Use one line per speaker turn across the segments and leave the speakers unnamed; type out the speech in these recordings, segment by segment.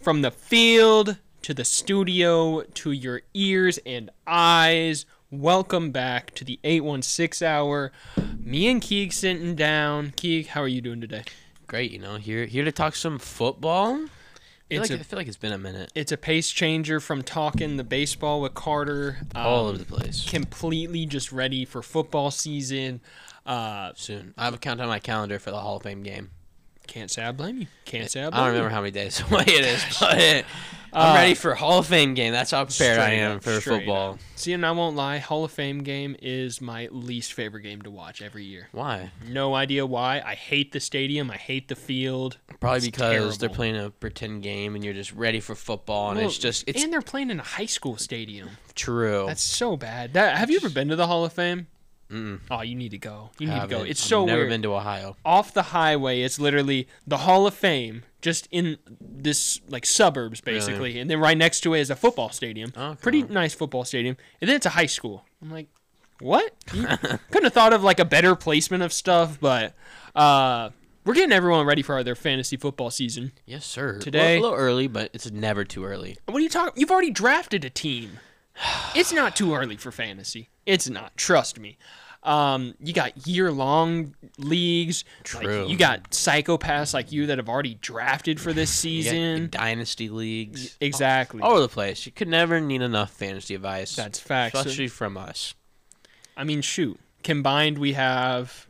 From the field to the studio to your ears and eyes, welcome back to the 816 hour. Me and Keeg sitting down. Keeg, how are you doing today?
Great, you know, here here to talk some football. I feel,
It's
like,
a-
I feel like it's been a minute.
It's a pace changer from talking the baseball with Carter. Um,
All over the place.
completely just ready for football season. Uh,
Soon. I have a count on my calendar for the Hall of Fame game.
can't say I blame you. Can't say I blame
I don't
you.
remember how many days away it is, but I'm
Uh,
ready for Hall of Fame game. That's how prepared I
Straight
am
up,
for
straight
football.
up. See, and I won't lie, Hall of Fame game is my least favorite game to watch every year.
Why?
No idea why. I hate the stadium. I hate the field.
Probably
It's
because they're
terrible.
playing a pretend game and you're just ready for football and
Well,
it's just it's
and they're playing in a high school stadium.
true.
That's so bad. That have you ever been to the Hall of Fame?
Mm-mm.
Oh, you need to go. You need to go.
Haven't.
It's
I've
so
never
weird.
been to Ohio.
Off the highway, it's literally the Hall of Fame, just in this like suburbs basically, and then right next to it is a football stadium.
Okay.
Pretty nice football stadium, and then it's a high school. I'm like, what? You couldn't have thought of like a better placement of stuff, but uh, we're getting everyone ready for their fantasy football season.
Yes, sir. Well,
Today-
a little early, but it's never too early.
What are you talking? You've already drafted a team. It's not too early for fantasy. It's not. Trust me. Um, you got year-long leagues. like,
True.
you got psychopaths like you that have already drafted for this
You get
season.
dynasty leagues.
Exactly.
all over the place. You could never need enough fantasy advice.
That's facts.
Especially from us.
I mean, shoot. Combined, we have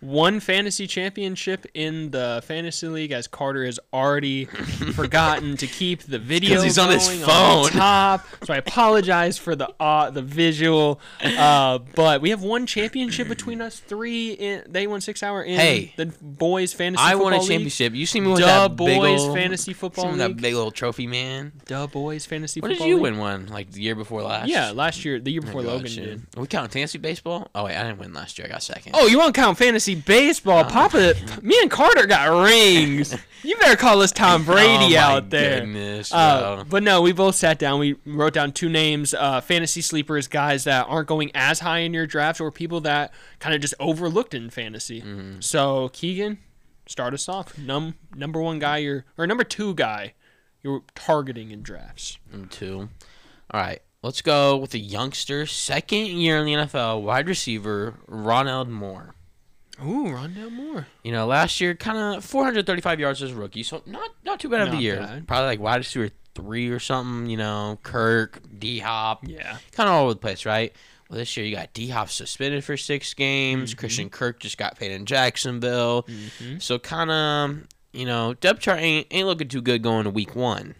one fantasy championship in the fantasy league, as Carter has already forgotten to keep the video.
'Cause he's on his
going on the
phone.
top, so I apologize for the uh, the visual. Uh, but we have one championship between us three. In they won six hour in
Hey,
the boys fantasy.
I
football
won a
league.
championship. You see me with
Duh,
that big
boys
ol-
fantasy football
see me with that
league.
big old trophy, man.
Duh, boys fantasy.
When did
football
you
league.
win one? Like the year before last?
Yeah, last year, the year
Oh my
before
God,
Logan
shit.
did.
Are We count fantasy baseball? Oh wait, I didn't win last year. I got second.
Oh, you won't count fantasy baseball,
Uh-huh.
Papa. Me and Carter got rings. you better call us Tom Brady
Oh, my
out there.
Goodness,
Uh,
bro.
but no, we both sat down. We wrote down two names, uh, fantasy sleepers, guys that aren't going as high in your drafts, or people that kind of just overlooked in fantasy.
Mm-hmm.
So Keegan, start us off. Num number one guy, you're or number two guy, you're targeting in drafts.
And two. All right, let's go with the youngster, second year in the NFL, wide receiver Ronald Moore.
Ooh, Rondell Moore.
You know, last year kind of 435 yards as a rookie, so not not too bad of a
Not
year.
bad.
Probably like wide receiver three or something. You know, Kirk, D Hop,
Yeah.
kind of all over the place, right? Well, this year you got D Hop suspended for six games.
Mm-hmm.
Christian Kirk just got paid in Jacksonville, so kind of you know depth chart ain't ain't looking too good going to week one.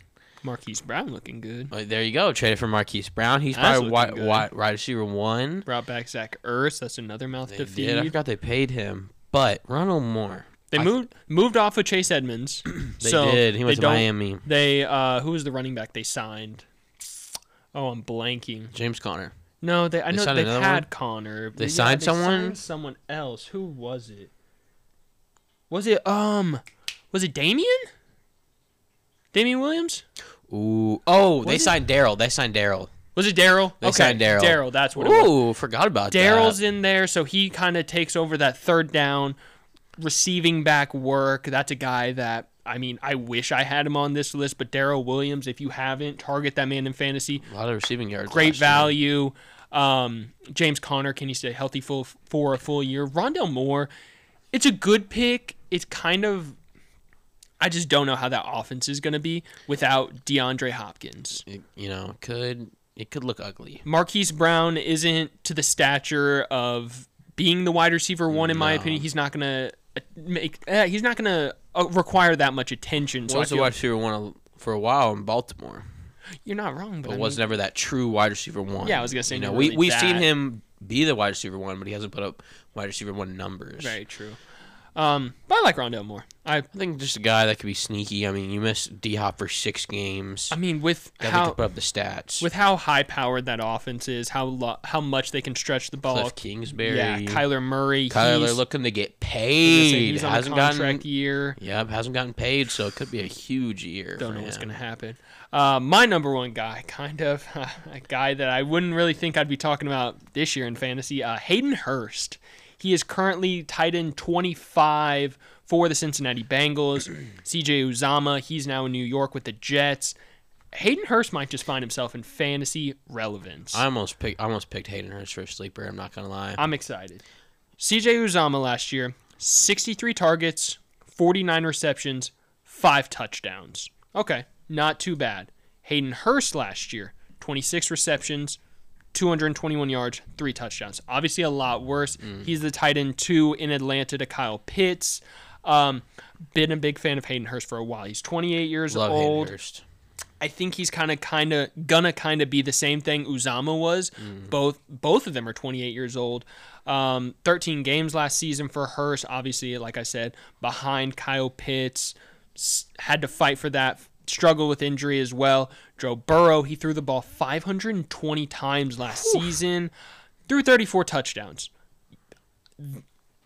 Marquise Brown looking good.
But there you go, traded for Marquise Brown. He's
That's
probably
looking
wide,
good.
wide, wide receiver one.
Brought back Zach Ertz. That's another mouth
They
to feed.
did. I forgot they paid him, but Ronald Moore.
They
I-
moved moved off of Chase Edmonds.
They
so
did. He
they
went to
don't-
Miami.
They uh, who was the running back they signed? Oh, I'm blanking.
James Conner.
No, they I
They
know
signed
they've
another
had Connor. but
They signed someone?
signed someone else. Who was it? Was it um? Was it Damien? Damian Williams?
Ooh. Oh, they
Was it-
signed Daryl. They signed Daryl.
Was it Daryl?
They signed Daryl.
Daryl. That's what it was.
Ooh, forgot about
Daryl's
that.
in there, so he kind of takes over that third down receiving back work. That's a guy that I mean, I wish I had him on this list, but Daryl Williams, if you haven't, target that man in fantasy.
A lot of receiving yards.
Great
last
value.
year.
Um, James Conner, can you stay healthy full for a full year? Rondell Moore, it's a good pick. It's kind of I just don't know how that offense is going to be without DeAndre Hopkins.
It, you know, could it could look ugly.
Marquise Brown isn't to the stature of being the wide receiver one. In my
No.
opinion, he's not gonna uh, make. Uh, he's not gonna uh, require that much attention. So I
was the
feel-
wide receiver one for a while in Baltimore,
you're not wrong, but,
but
I
was
mean,
never that true wide receiver one.
Yeah, I was gonna say
You know,
never
we
really
we've seen
that.
him be the wide receiver one, but he hasn't put up wide receiver one numbers.
very true. Um, but I like Rondell more. I
I think just a guy that could be sneaky. I mean, you missed D Hop for six games.
I mean with
Guy
Um,
that
how
could put up the stats.
with how high powered that offense is, how lo- how much they can stretch the ball.
Cliff Kingsbury,
yeah, Kyler Murray,
Kyler
he's-
looking to get
I was gonna say
paid.
He's on a
hasn't
contract
gotten
year.
Yep, hasn't gotten paid, so it could be a huge year.
Don't
for
know what's
him.
going to happen. Uh, my number one guy, kind of a guy that I wouldn't really think I'd be talking about this year in fantasy, uh, Hayden Hurst. He is currently tight end 25 for the Cincinnati Bengals. CJ Uzama, he's now in New York with the Jets. Hayden Hurst might just find himself in fantasy relevance.
I almost picked I almost picked Hayden Hurst for a sleeper. I'm not gonna lie.
I'm excited. CJ Uzama last year, 63 targets, 49 receptions, 5 touchdowns. Okay, not too bad. Hayden Hurst last year, 26 receptions, 221 yards, 3 touchdowns. Obviously a lot worse.
Mm.
He's the tight end 2 in Atlanta to Kyle Pitts. Um, been a big fan of Hayden Hurst for a while. He's 28 years
Love
old.
Hayden Hurst.
I think he's kind of kind of gonna kind of be the same thing Uzama was. Both both of them are 28 years old. Um, 13 games last season for Hurst. Obviously, like I said, behind Kyle Pitts, S- had to fight for that. Struggle with injury as well. Joe Burrow, he threw the ball 520 times last season, threw 34 touchdowns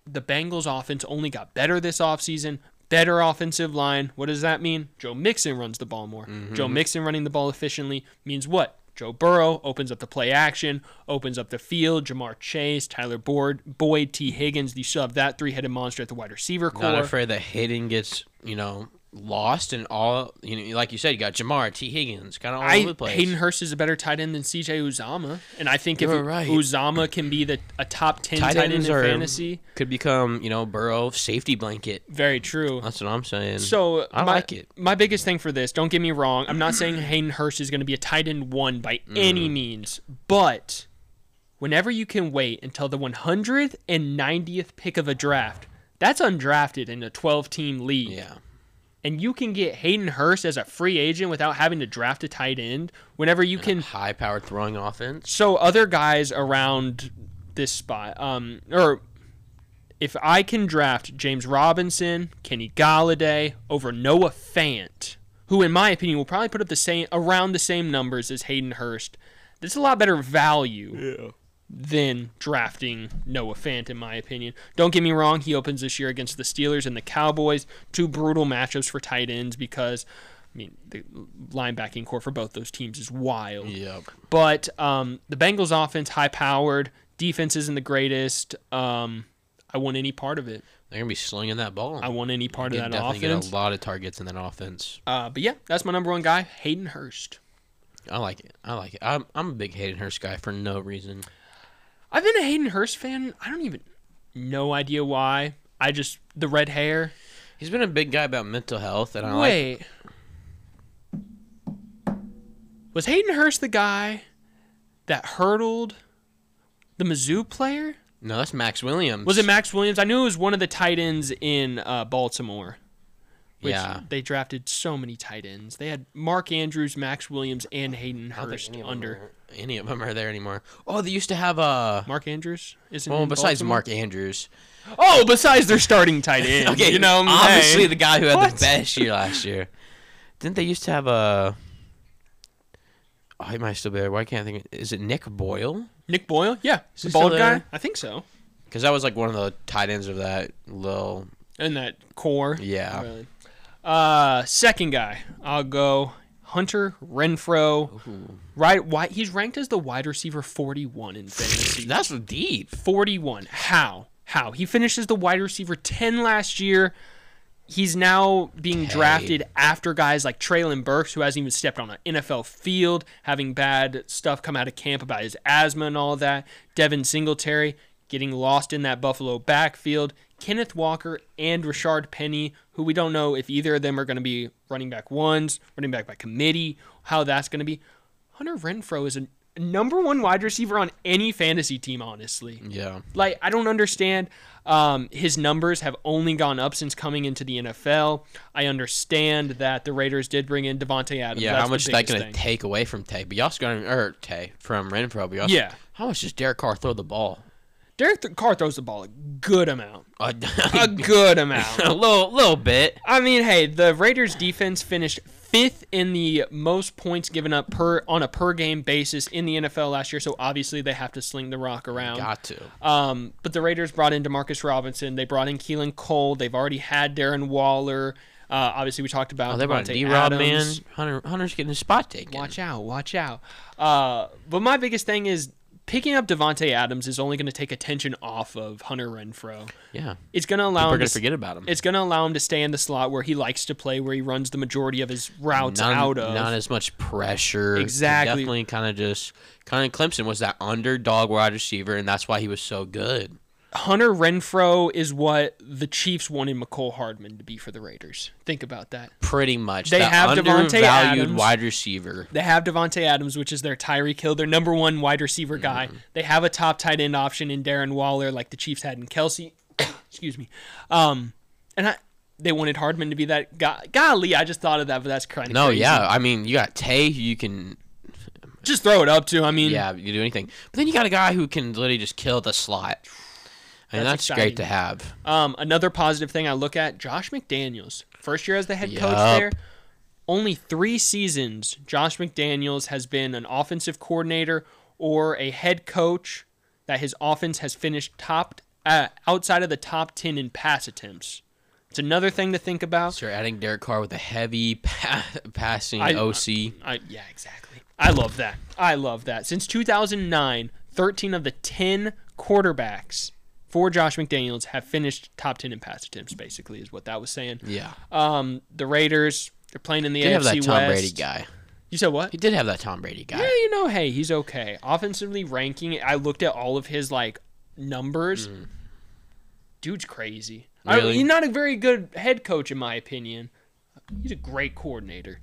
the Bengals offense only got better this offseason. Better offensive line. What does that mean? Joe Mixon runs the ball more.
Mm-hmm.
Joe Mixon running the ball efficiently means what? Joe Burrow opens up the play action, opens up the field. Jamar Chase, Tyler Boyd, Boyd T. Higgins. You still have that three-headed monster at the wide receiver
Not
core.
afraid that Hayden gets you know lost and all. You know, like you said, you got Jamar T Higgins, kind of all over
I
the place.
Hayden Hurst is a better tight end than C.J. Uzama, and I think
You're
if
right.
Uzama can be the a top ten tight,
Tight
end in
ends are-
fantasy,
could become you know Burrow safety blanket.
very true.
That's what I'm saying.
So
I
my,
like it.
My biggest thing for this, don't get me wrong, I'm not saying Hayden Hurst is going to be a tight end one by
Mm.
any means, but whenever you can wait until the 190th pick of a draft, that's undrafted in a 12 team league,
yeah,
and you can get Hayden Hurst as a free agent without having to draft a tight end. Whenever you can
high powered throwing offense.
so other guys around this spot, um, or if I can draft James Robinson, Kenny Galladay over Noah Fant, who in my opinion will probably put up the same around the same numbers as Hayden Hurst, that's a lot better value than drafting Noah Fant, in my opinion. Don't get me wrong, he opens this year against the Steelers and the Cowboys. Two brutal matchups for tight ends because, I mean, the linebacking core for both those teams is wild.
Yep.
But um, the Bengals offense, high powered, defense isn't the greatest. Um, I want any part of it.
They're gonna be slinging that ball.
I want any part
You
of that
definitely
offense.
get a lot of targets in that offense.
Uh, but yeah, that's my number one guy, Hayden Hurst.
I like it. I like it. I'm, I'm a big Hayden Hurst guy for no reason.
I've been a Hayden Hurst fan. I don't even no idea why. I just the red hair.
He's been a big guy about mental health, and I like.
Wait, was Hayden Hurst the guy that hurdled the Mizzou player?
No, that's Max Williams.
Was it Max Williams? I knew it was one of the tight ends in uh, Baltimore. Which
Yeah.
They drafted so many tight ends. They had Mark Andrews, Max Williams, and Hayden
I don't think
Hurst
any of them
under.
are- Any of them are there anymore? Oh, they used to have uh
Mark Andrews isn't.
Well,
in
besides
Baltimore?
Mark Andrews,
Oh, besides their starting tight end.
okay,
you know,
obviously
hey.
the guy who had
What?
the best year last year. Didn't they used to have a? Oh, he might still be there. Why can't I think? Is it Nick Boyle?
Nick Boyle. Yeah,
Is
the
he
bald
still
guy.
there?
I think so.
Because that was like one of the tight ends of that little.
In that core.
Yeah.
Really. Uh, second guy, I'll go Hunter Renfro. Right, why he's ranked as the wide receiver forty-one in fantasy.
That's deep.
41. How? How? He finishes the wide receiver 10 last year. He's now being
Okay.
drafted after guys like Traylon Burks, who hasn't even stepped on an NFL field, having bad stuff come out of camp about his asthma and all that. Devin Singletary getting lost in that Buffalo backfield. Kenneth Walker and Rashard Penny, who we don't know if either of them are going to be running back ones, running back by committee, how that's going to be. Hunter Renfro is a number one wide receiver on any fantasy team, honestly.
Yeah.
Like I don't understand. Um, his numbers have only gone up since coming into the NFL. I understand that the Raiders did bring in Devonte Adams.
Yeah,
That's
how
the
much is that
biggest
going to
thing.
take away from Tay? But y'all going to or Tay from Renfro? But y'all,
Yeah.
How much does Derek Carr throw the ball?
Derek th- Carr throws the ball a good amount.
A,
A good amount.
a little, little bit.
I mean, hey, the Raiders defense finished fifth in the most points given up per on a per game basis in the NFL last year. So obviously they have to sling the rock around.
Got to.
Um, but the Raiders brought in Demarcus Robinson. They brought in Keelan Cole. They've already had Darren Waller. Uh, obviously, we talked about
Oh, they brought
Devontae
D Rob man.
Adams.
Hunter, Hunter's getting his spot taken.
Watch out! Watch out! Uh, but my biggest thing is picking up Devonte Adams is only going to take attention off of Hunter Renfro.
Yeah.
It's going to allow
We're
him to
going to
s-
forget about him.
It's going to allow him to stay in the slot where he likes to play, where he runs the majority of his routes
not,
out of.
not as much pressure.
Exactly.
Definitely kind of just kind of Clemson was that underdog wide receiver, and that's why he was so good.
Hunter Renfro is what the Chiefs wanted McCole Hardman to be for the Raiders. Think about that.
Pretty much.
They
that
have Devontae
undervalued
Adams.
wide receiver.
They have Devonte Adams, which is their Tyreek Hill, their number one wide receiver guy.
Mm-hmm.
They have a top tight end option in Darren Waller, like the Chiefs had in Kelsey. Excuse me. Um, and I, they wanted Hardman to be that guy. Golly, I just thought of that, but that's kind of
No,
crazy.
yeah. I mean, you got Tay, who you can
Just throw it up to. I mean,
yeah, you do anything. But then you got a guy who can literally just kill the slot. And
That's
that's,
exciting.
great to have.
Um, another positive thing I look at Josh McDaniels, first year as the head coach
Yup.
there. Only three seasons Josh McDaniels has been an offensive coordinator or a head coach that his offense has finished top uh, outside of the top ten in pass attempts. It's another thing to think about.
So you're adding Derek Carr with a heavy pa- passing
I-
OC.
I, yeah, exactly. I love that. I love that. Since 2009, 13 of the 10 quarterbacks for Josh McDaniels have finished top 10 in pass attempts. Basically, is what that was saying.
yeah.
Um, the Raiders, they're playing in the
Did
AFC
have that Tom
West.
Brady guy.
You said what?
He did have that Tom Brady guy.
Yeah, you know, hey, he's okay. Offensively ranking, I looked at all of his like numbers. Dude's crazy. I-
Mm-hmm. Really?
he's not a very good head coach, in my opinion. He's a great coordinator.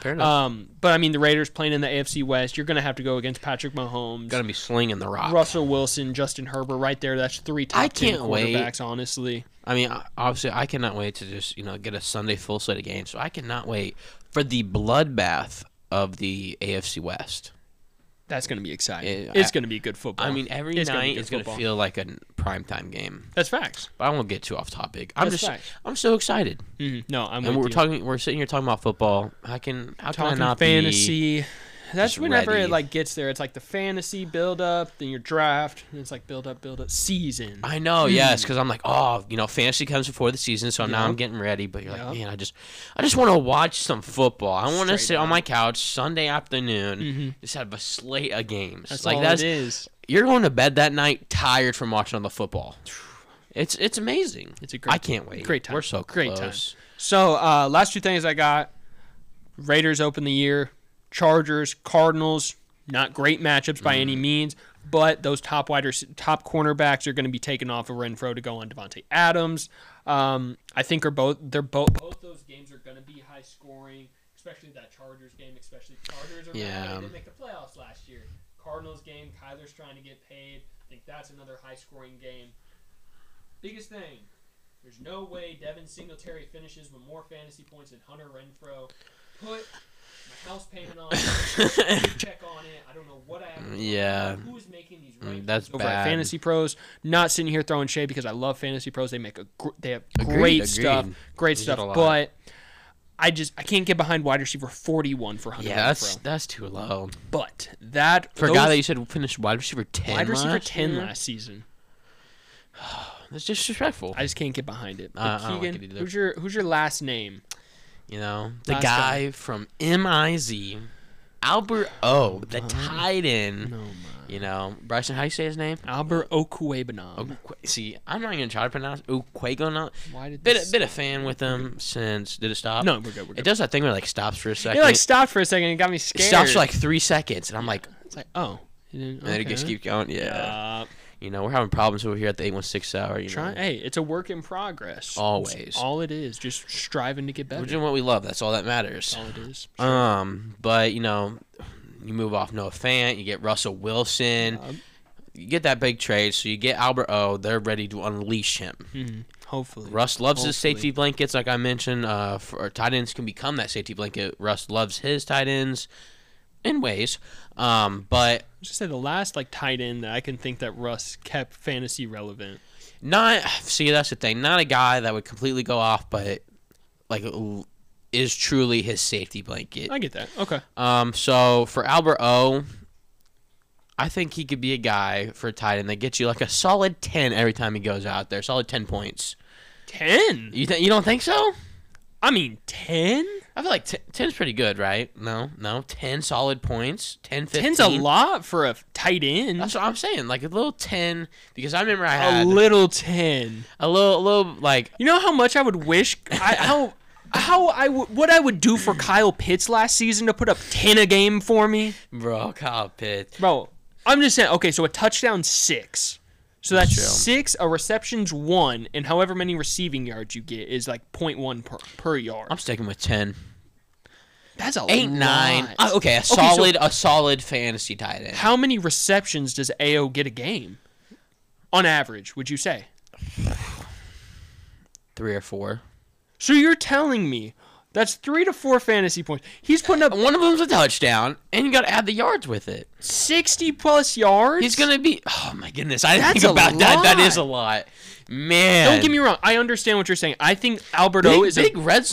Fair enough.
Um, but I mean, the Raiders playing in the AFC West, you're going to have to go against Patrick Mahomes,
Gonna be slinging the rock.
Russell Wilson, Justin Herbert, right there. That's three top
I
10
can't wait.
quarterbacks, honestly.
I mean, I- obviously, I cannot wait to just you know get a Sunday full slate of games. So I cannot wait for the bloodbath of the AFC West.
That's going to be exciting.
Yeah,
it's
I-
going to be good football.
I mean, every
It's gonna be
night
good
is going to
football.
feel like a primetime game.
That's facts.
But I won't get too off topic. I'm
That's
just,
facts.
I'm so excited.
Mhm. No, I'm
And
with
we're
you.
talking, we're sitting here talking about football. How can, how can I
talking
not be?
fantasy. That's
just
whenever it
ready.
like gets there. It's like the fantasy build up, then your draft, and it's like build up, build up, season.
I know,
Hmm.
yes, because I'm like, oh, you know, fantasy comes before the season, so now I'm
Yep.
getting ready. But you're
Yep.
like, man, I just, I just want to watch some football. I want to
Straight
sit
up. Mm-hmm.
on my couch Sunday afternoon, just have a slate of games.
that's
like
all
that's
it is.
you're going to bed that night tired from watching all the football. It's it's amazing.
It's a great-
I can't wait.
great time.
We're so
Great
close.
time. So uh, last two things I got: Raiders open the year, Chargers, Cardinals. Not great matchups by any means, but those top wide rec- top cornerbacks are going to be taken off of Renfro to go on Devontae Adams. Um, I think are both they're both both those games are going to be high scoring, especially that Chargers game. Especially Chargers are
Yeah.
yeah. didn't make the playoffs last year. Cardinals game, Kyler's trying to get paid. I think that's another high scoring game. Biggest thing, there's no way Devin Singletary finishes with more fantasy points than Hunter Renfro. Put my house payment on it. check on it. I don't know what I have. to do.
Yeah.
Who's making these
Mm,
rankings?
That's
over at
bad.
Fantasy Pros, not sitting here throwing shade because I love Fantasy Pros. They make a gr- they have
Agreed,
great
agreed.
stuff, great
They did
stuff.
a lot.
But I just I can't get behind wide receiver 41 for Hunter
Yeah, that's
Renfro.
that's too low.
But that
For a
those-
guy that you said finished wide receiver ten.
wide receiver
last
10
year?
last season,
That's disrespectful.
I just can't get behind it. But
I- I don't like
Keegan,
it either.
who's your who's your last name?
You know, the
Last
guy from MIZ, Albert
Oh.
O, the tight end.
my.
You know, Bryson, how you say his name?
Albert Okuebanam.
Okwe- See, I'm not even gonna try to pronounce Uquago.
Why did
Been
this-
a, been a fan with him since. Did it stop?
No, we're good. We're
It
good.
does that thing where it, like stops for a second.
It like stopped for a second and got me
It
scared.
stops for like three seconds, and I'm like,
it's like oh, you didn't-
and then it just
okay.
keeps going. Yeah.
Uh,
You know, we're having problems over here at the 816 hour. You
try,
know,
hey, it's a work in progress.
always.
It's all it is, just striving to get better.
We're doing what we love. That's all that matters.
That's all it is.
Um, but you know, you move off Noah Fant, you get Russell Wilson,
Yup.
you get that big trade, so you get Albert O. They're ready to unleash him.
Mhm. Hopefully,
Russ loves his
Hopefully.
safety blankets, like I mentioned. Uh, for or tight ends can become that safety blanket. Russ loves his tight ends in ways. Um, but
I was gonna say the last like tight end that I can think that Russ kept fantasy relevant.
not see that's the thing. Not a guy that would completely go off, but like l- is truly his safety blanket.
I get that. Okay.
Um, so for Albert O, I think he could be a guy for a tight end that gets you like a solid ten every time he goes out there, solid ten points.
Ten.
You th- you don't think so?
I mean, ten.
I feel like t- 10's pretty good, right? No, no. 10 solid points. 10, 15.
Ten's a lot for a tight end.
That's what I'm saying. Like a little 10, because I remember I
a
had
little ten.
a little, a little like,
You know how much I would wish I, how how I w- what I would do for Kyle Pitts last season to put up ten a game for me,
bro, Kyle Pitts.
bro. I'm just saying. Okay, so a touchdown six. So that's
That's true.
six, a reception's one, and however many receiving yards you get is like 0.1 per, per yard.
I'm sticking with 10.
Um, That's a
Eight,
lot.
nine. Uh, okay, a
so-
solid, a solid fantasy tight end.
How many receptions does AO get a game on average, would you say?
Three or four.
So you're telling me that's three to four fantasy points. He's putting up
One of them's a touchdown, and you got to add the yards with it.
60 plus yards.
He's gonna be. Oh my goodness! I didn't
That's
think
a
about that. That is a
lot.
lot, man.
Don't get me wrong. I understand what you're saying. I think Alberto
big,
is a
big red